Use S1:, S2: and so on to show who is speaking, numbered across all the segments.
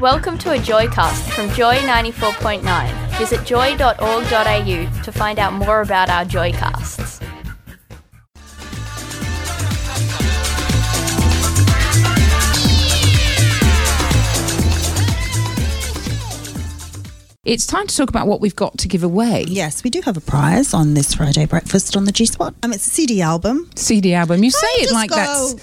S1: Welcome to a Joycast from Joy 94.9. Visit joy.org.au to find out more about our Joycasts.
S2: It's time to talk about what we've got to give away.
S3: Yes, we do have a prize on this Friday breakfast on the G Spot. Um, it's a CD album.
S2: CD album. You say
S3: I
S2: it
S3: just
S2: like
S3: go,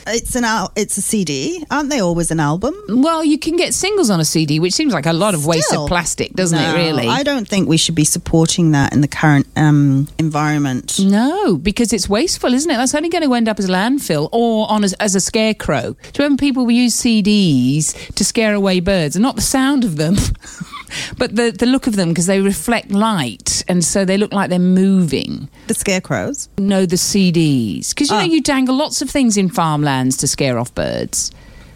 S2: that's
S3: It's an al- It's a CD. Aren't they always an album?
S2: Well, you can get singles on a CD, which seems like a lot of waste
S3: Still.
S2: of plastic, doesn't
S3: No,
S2: it, really?
S3: I don't think we should be supporting that in the current um, environment.
S2: no, because it's wasteful, isn't it? That's only going to end up as landfill or on as, as a scarecrow. Do you remember people use CDs to scare away birds? And not the sound of them, but the, the look of them because they reflect light. And so they look like they're moving.
S3: The scarecrows.
S2: No, the CDs. Because, you
S3: Ah.
S2: know, you dangle lots of things in farmlands to scare off birds.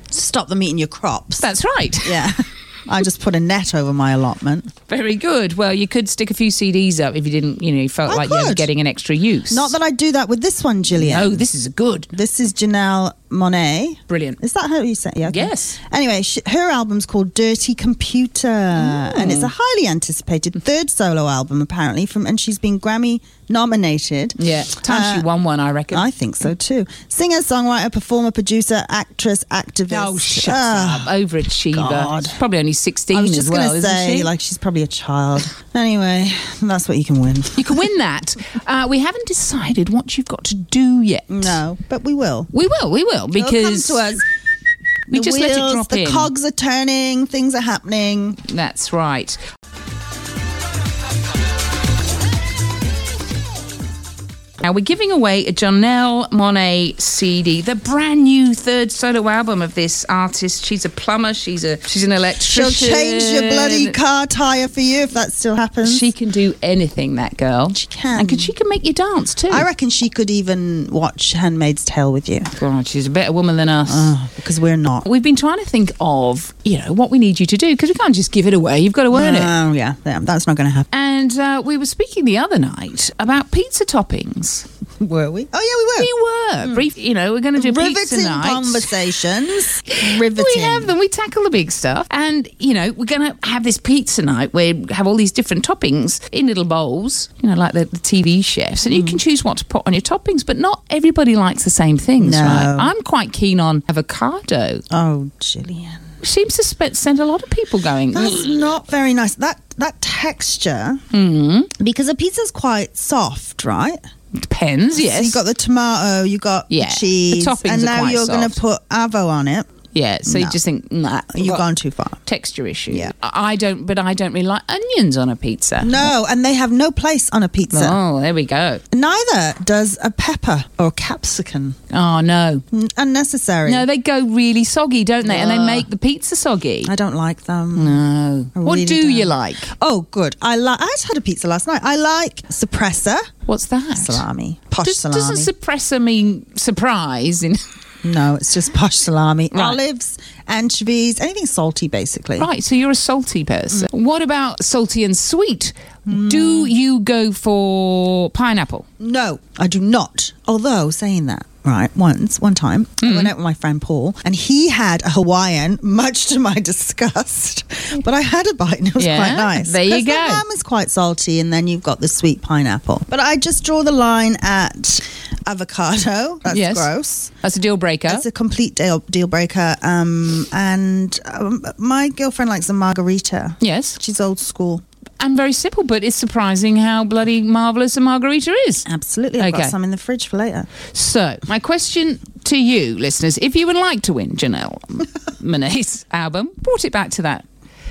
S3: Stop them eating your crops.
S2: That's right.
S3: yeah. I just put a net over my allotment.
S2: Very good. Well, you could stick a few CDs up if you didn't, you know, you felt
S3: I
S2: like you were
S3: could.
S2: getting an extra use.
S3: Not that I do that with this one, Gillian.
S2: No, this is good.
S3: This is Janelle Monet.
S2: Brilliant.
S3: Is that how you say? Yeah. okay.
S2: Yes.
S3: Anyway, sh- her album's called Dirty Computer,
S2: Oh.
S3: and it's a highly anticipated third solo album, apparently. From and she's been Grammy nominated.
S2: Yeah. Time
S3: Uh,
S2: she won one, I reckon.
S3: I think so too. Singer, songwriter, performer, producer, actress, activist.
S2: oh, shut
S3: Ah,
S2: up. Overachiever.
S3: God.
S2: She's Probably only 16
S3: I was just
S2: as well,
S3: gonna
S2: isn't
S3: say,
S2: she?
S3: like, she's probably a child. anyway, that's what you can win.
S2: you can win that. Uh, we haven't decided what you've got to do yet.
S3: No, but we will.
S2: We will, we will,
S3: It'll come
S2: because
S3: to us.
S2: we
S3: The
S2: just let
S3: wheels,
S2: it drop
S3: The
S2: in.
S3: cogs are turning. Things are happening.
S2: That's right. Now we're giving away a Janelle Monet CD, the brand new third solo album of this artist. She's a plumber. She's a she's an
S3: She'll
S2: electrician.
S3: change your bloody car tire for you if that still happens.
S2: She can do anything, that girl.
S3: She can.
S2: and can, she can make you dance too.
S3: I reckon she could even watch Handmaid's Tale with you
S2: God, Oh, she's a better woman than us.
S3: because we're not.
S2: We've been trying to think of you know what we need you to do because we can't just give it away. You've got to earn it.
S3: Oh yeah, yeah, that's not going to happen.
S2: And uh, we were speaking the other night about pizza toppings.
S3: Were we? Oh yeah,
S2: We
S3: we were.
S2: were brief. You know, we're going to do pizza
S3: Riveting
S2: night.
S3: conversations. Riveting.
S2: We have them. We tackle the big stuff, and you know we're going to have this pizza night where we have all these different toppings in little bowls. You know, like the, the TV chefs,
S3: Hmm.
S2: and you can choose what to put on your toppings. But not everybody likes the same things.
S3: No.
S2: Right? I'm quite keen on avocado.
S3: Oh, Gillian,
S2: Seems to sp- send a lot of people going.
S3: that's not very nice. That that texture
S2: Hmm.
S3: because a pizza's quite soft, right?
S2: "Mm, Depends. Yes.
S3: So you got the tomato, you got
S2: Yeah, the
S3: cheese,
S2: toppings
S3: and
S2: are
S3: now
S2: quite
S3: you're going
S2: soft.
S3: to put avo on it.
S2: yeah. So you just think nah,
S3: You've
S2: got
S3: gone too far.
S2: texture issue.
S3: Yeah.
S2: I I don't. But I don't really like onions on a pizza.
S3: No, and they have no place on a pizza.
S2: Oh, there we go.
S3: Neither does a pepper or capsicum.
S2: Oh no,
S3: N- unnecessary.
S2: no, they go really soggy, don't they? And they make the pizza soggy.
S3: I don't like them.
S2: No.
S3: I
S2: what
S3: really
S2: do you
S3: don't.
S2: like?
S3: Oh, good. I like. I just had a pizza last night. I like suppressor
S2: What's that?
S3: salami, posh
S2: Does,
S3: salami.
S2: Doesn't suppressor mean surprise? In
S3: no, it's just posh salami.
S2: Right.
S3: Olives, anchovies, anything salty, basically.
S2: right, so you're a salty person. What about salty and sweet? Do you go for pineapple?
S3: No, I do not. Although saying that. Right, once, one time, I
S2: Mm-hmm.
S3: went out with my friend Paul, and he had a Hawaiian, much to my disgust. But I had a bite, and it was
S2: Yeah,
S3: quite nice.
S2: there you
S3: 'Cause
S2: go.
S3: The ham is quite salty, and then you've got the sweet pineapple. But I just draw the line at avocado. That's
S2: Yes.
S3: gross.
S2: That's a deal breaker.
S3: It's a complete deal, deal breaker. Um, and um, my girlfriend likes a margarita.
S2: yes,
S3: She's old school.
S2: and very simple, but it's surprising how bloody marvelous a margarita is.
S3: Absolutely. I've
S2: Okay.
S3: got some in the fridge for later.
S2: So, my question to you, listeners, if you would like to win Janelle Monet's album, brought it back to that.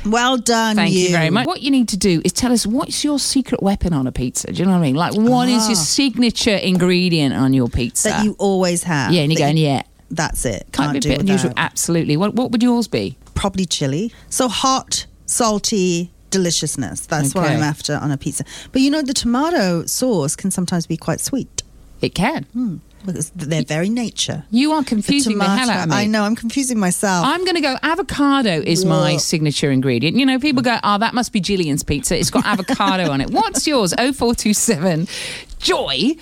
S3: Well done,
S2: Thank
S3: you.
S2: you. very much. What you need to do is tell us what's your secret weapon on a pizza. Do you know what I mean? Like, what is your signature ingredient on your pizza?
S3: Ah. That you always have.
S2: yeah, and you're
S3: That
S2: going,
S3: you-
S2: yeah.
S3: That's it.
S2: Can't,
S3: Can't,
S2: be
S3: do
S2: a bit
S3: without.
S2: unusual. Absolutely. What, what would yours be?
S3: Probably chili. So hot, salty, deliciousness. That's what
S2: Okay.
S3: I'm after on a pizza. But you know, the tomato sauce can sometimes be quite sweet
S2: It can.
S3: Hmm. because their very nature.
S2: You are confusing the,
S3: tomato.
S2: hell out of me.
S3: I know. I'm confusing myself.
S2: I'm going to go avocado is my
S3: Yeah.
S2: signature ingredient. You know, people go, oh, that must be Gillian's pizza. It's got avocado on it. What's yours? 0427 Joy.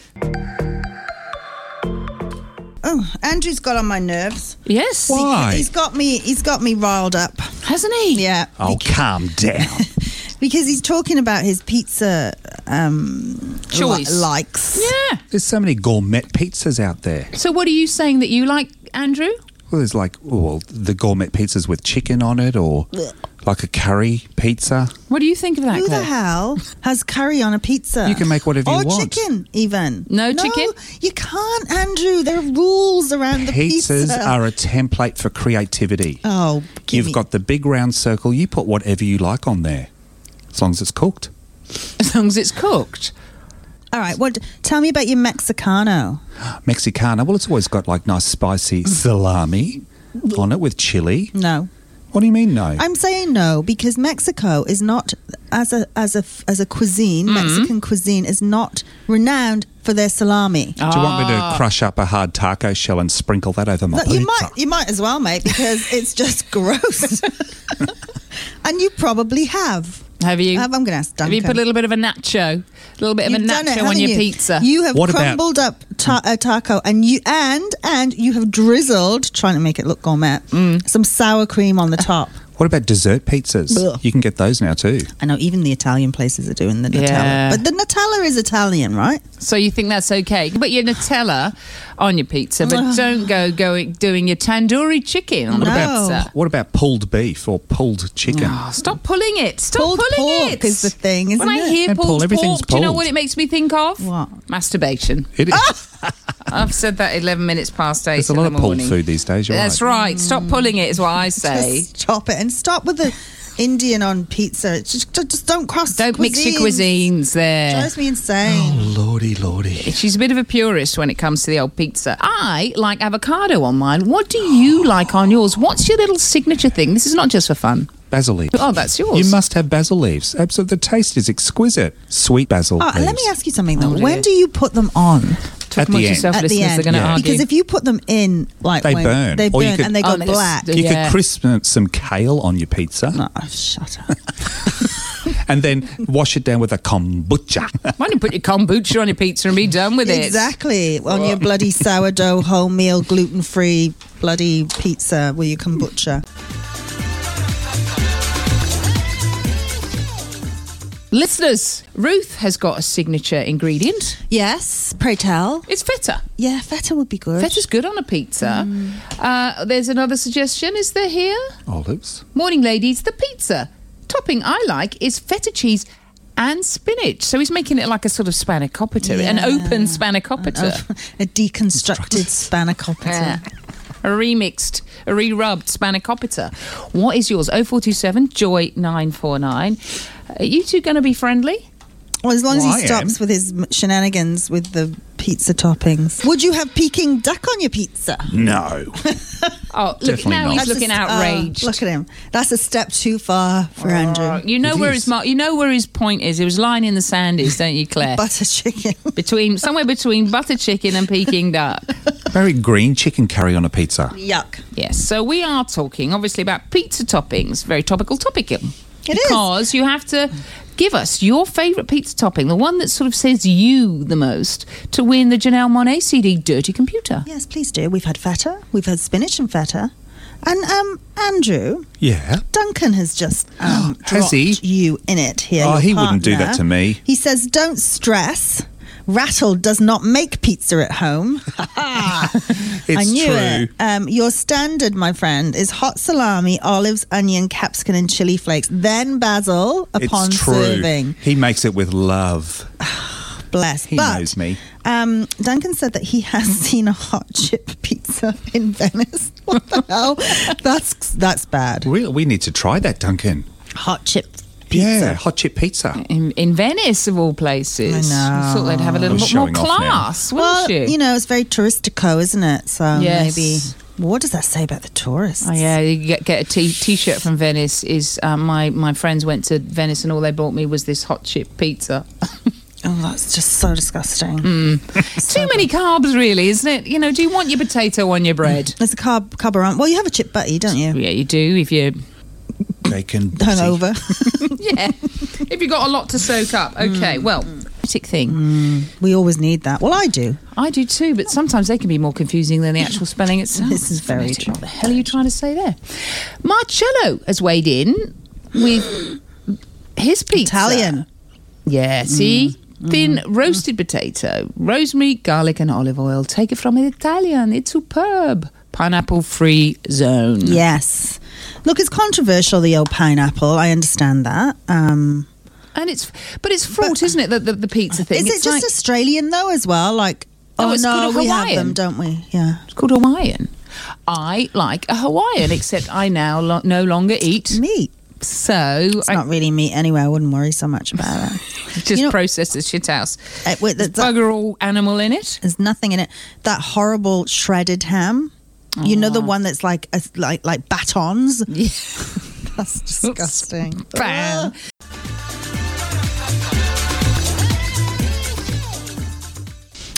S3: oh, Andrew's got on my nerves.
S2: Yes.
S4: Why?
S3: He's got me. He's got me riled up.
S2: hasn't he?
S3: Yeah.
S4: Oh, calm down.
S3: Because he's talking about his pizza um, li-
S2: Choice.
S3: likes.
S2: Yeah.
S4: There's so many gourmet pizzas out there.
S2: So what are you saying that you like, Andrew?
S4: Well, there's like, oh, well, the gourmet pizzas with chicken on it, or like a curry pizza.
S2: What do you think of that?
S3: Who the
S2: Claire?
S3: hell has curry on a pizza?
S4: You can make whatever you
S3: or
S4: want.
S3: chicken, even.
S2: No chicken?
S3: You can't, Andrew. There are rules around the
S4: Pizzas
S3: pizza.
S4: are a template for creativity.
S3: Oh, give
S4: You've
S3: me-
S4: got the big round circle. You put whatever you like on there, as long as it's cooked.
S2: As long as it's cooked.
S3: All right. What? Tell me about your Mexicano.
S4: Mexicana. Well, it's always got like nice spicy
S3: Mm.
S4: salami on it with chili.
S3: No,
S4: What do you mean, no?
S3: I'm saying no because Mexico is not as a as a as a cuisine.
S2: Mm-hmm.
S3: Mexican cuisine is not renowned for their salami.
S4: do you want me to crush up a hard taco shell and sprinkle that over my
S3: Ah. But
S4: pizza?
S3: you might you might as well, mate, because it's just gross. and you probably have.
S2: Have you?
S3: Have- I'm going to ask
S2: Have
S3: Duncan.
S2: you put a little bit of a nacho, a little bit of
S3: You've
S2: a
S3: done
S2: nacho
S3: it,
S2: on
S3: haven't
S2: your
S3: you?
S2: pizza?
S3: You have
S4: What about- Mm.
S3: crumbled up ta- a taco, and you and and you have drizzled, trying to make it look gourmet, some sour cream on the top.
S4: what about dessert pizzas?
S3: Ugh.
S4: You can get those now too.
S3: I know even the Italian places are doing the Nutella,
S2: Yeah.
S3: but the Nutella is Italian, right?
S2: So you think that's okay? But your Nutella on your pizza, but don't go going doing your tandoori chicken on the
S3: What about- uh,
S2: pizza.
S4: What about pulled beef or pulled chicken?
S2: Oh, stop pulling it! Stop
S3: Pulled
S2: pulling
S3: pork
S2: it!
S3: is the thing,
S2: when
S3: isn't
S2: I
S3: it?
S2: hear
S4: And Paul,
S2: pulled pork,
S4: everything's
S2: do you know
S4: pulled.
S2: what it makes me think of?
S3: What?
S2: Masturbation.
S4: It is.
S2: I've said that eleven minutes past eight.
S4: There's a
S2: in
S4: lot
S2: the
S4: of pulled
S2: morning.
S4: food these days. You're
S2: That's
S4: right.
S2: right. Stop pulling it is what I say.
S3: Just chop it and stop with the Indian on pizza. It's Just, just, just don't cross.
S2: Don't mix your
S3: cuisines.
S2: cuisines there.
S3: Drives me insane.
S4: Oh, Lordy, lordy.
S2: She's a bit of a purist when it comes to the old pizza. I like avocado on mine. What do you like on yours? What's your little signature thing? This is not just for fun.
S4: Basil leaves.
S2: Oh, that's yours.
S4: You must have basil leaves. Absolutely, the taste is exquisite. Sweet basil.
S3: Oh,
S4: leaves.
S3: let me ask you something though.
S2: Oh, dear.
S3: when do you put them on
S2: Talk
S4: At the
S2: amongst
S4: end.
S2: yourself,
S3: at the
S2: listeners.
S3: end?
S2: They're going to
S4: Yeah.
S2: argue.
S3: Because if you put them in, like
S4: They
S3: when-
S4: burn.
S3: they
S4: Or you
S3: burn,
S4: could-
S3: and they
S2: Oh,
S3: go
S2: and it's-
S3: black.
S4: You
S2: Yeah.
S4: could crisp some kale on your pizza
S3: Oh, shut up.
S4: and then wash it down with a kombucha.
S2: Why don't you put your kombucha on your pizza and be done with it?
S3: Exactly. On your bloody sourdough, wholemeal, gluten free, bloody pizza with your kombucha.
S2: Listeners, Ruth has got a signature ingredient.
S3: Yes, pray tell.
S2: It's feta.
S3: Yeah, feta would be good.
S2: Feta's good on a pizza. Uh, there's another suggestion. Is there here?
S4: Olives.
S2: Morning, ladies. The pizza topping I like is feta cheese and spinach. So he's making it like a sort of spanakopita, an
S3: Yeah.
S2: open spanakopita,
S3: a deconstructed spanakopita.
S2: Yeah. Uh, a remixed, a re-rubbed spanakopita. What is yours? 0427 Joy nine four nine. Are you two going to be friendly?
S3: Well, as long as
S4: Well, I
S3: he stops
S4: am.
S3: with his m- shenanigans with the pizza toppings. Would you have Peking duck on your pizza?
S2: Oh,
S4: No.
S2: look
S4: Definitely
S2: now
S4: not.
S2: he's
S4: That's uh,
S2: looking
S3: a s- oh,
S2: outraged. Oh,
S3: look at him. That's a step too far for Andrew.
S2: you know
S4: It
S2: where
S4: is.
S2: his mark, you know where his point is. It was lying in the sand is, don't you, Claire?
S3: Butter chicken.
S2: between somewhere between butter chicken and Peking duck.
S4: Very green chicken curry on a pizza.
S3: Yuck.
S2: Yes, so we are talking obviously about pizza toppings, very topical topic. It
S3: It is.
S2: because you have to give us your favourite pizza topping, the one that sort of says you the most, to win the Janelle Monet CD Dirty Computer.
S3: Yes, please do. We've had feta. We've had spinach and feta. And um, Andrew,
S4: Yeah.
S3: Duncan has just um,
S4: Has
S3: dropped
S4: he?
S3: you in it here.
S4: Oh,
S3: your
S4: he wouldn't do that
S3: partner.
S4: to me.
S3: He says, "Don't stress. Rattle does not make pizza at home."
S4: It's
S3: I knew
S4: true.
S3: it. Um, your standard, my friend, is hot salami, olives, onion, capsicum, and chili flakes, then basil upon
S4: It's true.
S3: serving.
S4: He makes it with love.
S3: Bless.
S4: He
S3: but,
S4: knows me.
S3: Um, Duncan said that he has seen a hot chip pizza in Venice. What the hell? That's that's bad.
S4: Really, we need to try that, Duncan.
S3: Hot chip
S4: Yeah,
S3: pizza.
S4: hot chip pizza.
S2: In, in Venice, of all places,
S3: I know.
S2: thought they'd have a little
S4: We're
S2: bit more
S4: showing off now.
S2: class,
S3: Well,
S2: wouldn't
S3: you know, it's very touristico, isn't it? So
S2: Yes.
S3: maybe. What does that say about the tourists?
S2: Oh yeah, you get, get a t- t-shirt from Venice. Is uh, my my friends went to Venice and all they bought me was this hot chip pizza.
S3: Oh, that's just so disgusting.
S2: Too many carbs, really, isn't it? You know, do you want your potato on your bread?
S3: There's a carb carburant. Well, you have a chip butty, don't you?
S2: Yeah, you do if you
S4: Bacon.
S3: Hungover.
S2: yeah if you got a lot to soak up. Okay, well, basic thing.
S3: Mm. we always need that. Well, I do.
S2: I do too, but sometimes they can be more confusing than the actual spelling itself.
S3: This is very
S2: Phonetic.
S3: true.
S2: What the hell are you trying to say there? Marcello has weighed in with his pizza.
S3: Italian. Mm.
S2: Yeah, see? Thin roasted potato, rosemary, garlic, and olive oil. Take it from an Italian. It's superb. Pineapple free zone.
S3: Yes. Look, it's controversial, the old pineapple. I understand that. Um,
S2: And it's, but it's fraught, isn't it? The, the, the pizza thing.
S3: is it
S2: It's
S3: just
S2: like-
S3: Australian, though, as well? Like,
S2: No,
S3: oh,
S2: it's
S3: no,
S2: called a
S3: we have
S2: Hawaiian.
S3: them, don't we? Yeah.
S2: It's called Hawaiian. I like a Hawaiian, except I now lo- no longer eat.
S3: Meat.
S2: So
S3: It's
S2: I
S3: not really meat anyway. I wouldn't worry so much about it.
S2: just
S3: you know-
S2: process the shit house.
S3: Uh, wait, that's-
S2: Bugger all animal in it.
S3: There's nothing in it. That horrible shredded ham. You know the one that's like a, like like batons. That's disgusting.
S2: Bam.
S3: Ah.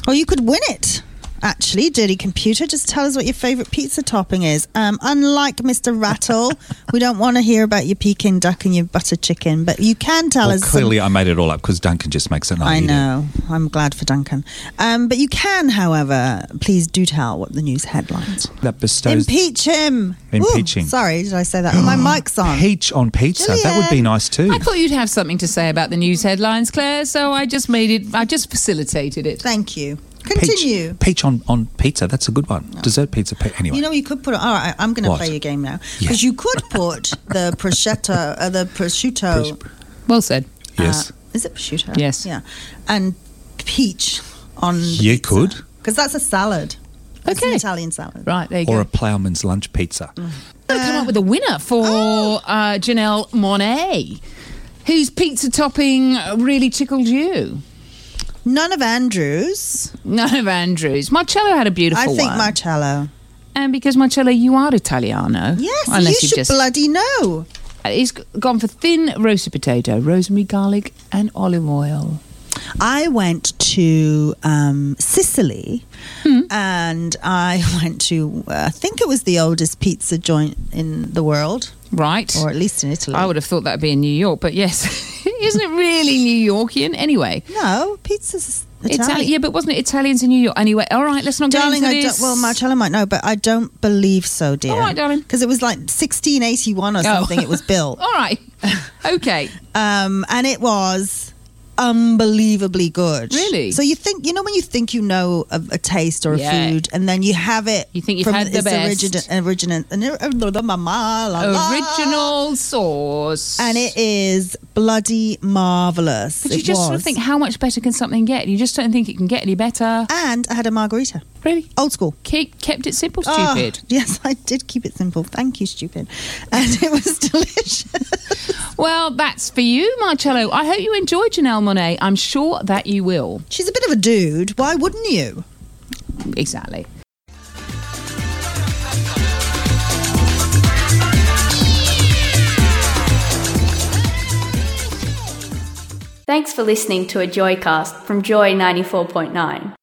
S3: Or you could win it. Actually, dirty computer, just tell us what your favorite pizza topping is. Um, unlike Mr. Rattle, we don't want to hear about your Peking duck and your butter chicken, but you can tell
S4: Well,
S3: us. some-
S4: clearly, I made it all up because Duncan just makes it. and
S3: I
S4: eat it.
S3: know. I'm glad for Duncan. Um, but you can, however, please do tell what the news headlines.
S4: That bestows
S3: Impeach him. Ooh,
S4: Impeaching.
S3: sorry, did I say that? My mic's on.
S4: peach on pizza. That would be
S3: Julian.
S4: nice too.
S2: I thought you'd have something to say about the news headlines, Claire. So I just made it. I just facilitated it.
S3: Thank you.
S4: Peach,
S3: Continue.
S4: peach on, on pizza. That's a good one. Dessert pizza. Pe- anyway,
S3: You know, you could put. All right, I'm going to
S4: What?
S3: play your game now
S4: Yeah.
S3: because you could put the prosciutto, uh, the prosciutto.
S4: Peach-
S2: Well said.
S4: yes,
S3: uh, is it prosciutto?
S2: Yes.
S3: Yeah, and peach on.
S4: you could,
S3: because that's a salad. That's an
S2: Okay.
S3: Italian salad.
S2: Right there you
S4: or
S2: go.
S4: a ploughman's lunch pizza.
S2: I'm going to come up with a winner for
S3: Oh.
S2: uh, Janelle Monet, whose pizza topping really tickled you.
S3: None of Andrews.
S2: None of Andrews. Marcello had a beautiful
S3: I think
S2: one.
S3: Marcello.
S2: and because Marcello, you are Italiano.
S3: Yes,
S2: Unless
S3: you
S2: you've
S3: should
S2: just.
S3: bloody know.
S2: Uh, He's g- gone for thin roasted potato, rosemary, garlic, and olive oil.
S3: I went to um, Sicily
S2: Hmm.
S3: and I went to, uh, I think it was the oldest pizza joint in the world,
S2: Right.
S3: or at least in Italy.
S2: I would have thought that'd be in New York, but yes, isn't it really New Yorkian? Anyway,
S3: No, pizza's
S2: Itali-
S3: Italian.
S2: yeah, but wasn't it Italians in New York? Anyway, all right, let's not get
S3: Darling,
S2: into
S3: I don't,
S2: this.
S3: well, Marcella might know, but I don't believe so, dear.
S2: All right, darling.
S3: Because it was like 1681
S2: Oh.
S3: or something, it was built.
S2: all right, okay.
S3: Um, and it was unbelievably good.
S2: Really?
S3: So you think, you know, when you think you know a, a taste or a
S2: Yeah.
S3: food, and then you have it
S2: You think you've
S3: from
S2: had the
S3: its
S2: best.
S3: Origin, origin, and oh, original.
S2: Original sauce,
S3: And it is bloody marvelous.
S2: But you just sort of think, how much better can something get? You just don't think it can get any better.
S3: And I had a margarita.
S2: Really, Ah.
S3: Old school.
S2: Keep, kept it simple,
S3: Oh,
S2: stupid.
S3: yes, I did keep it simple. Thank you, stupid. And it was delicious.
S2: Well, that's for you, Marcello. I hope you enjoy Janelle Monet. I'm sure that you will.
S3: She's a bit of a dude. Why wouldn't you?
S2: Exactly.
S1: Thanks for listening to a Joycast from Joy 94.9.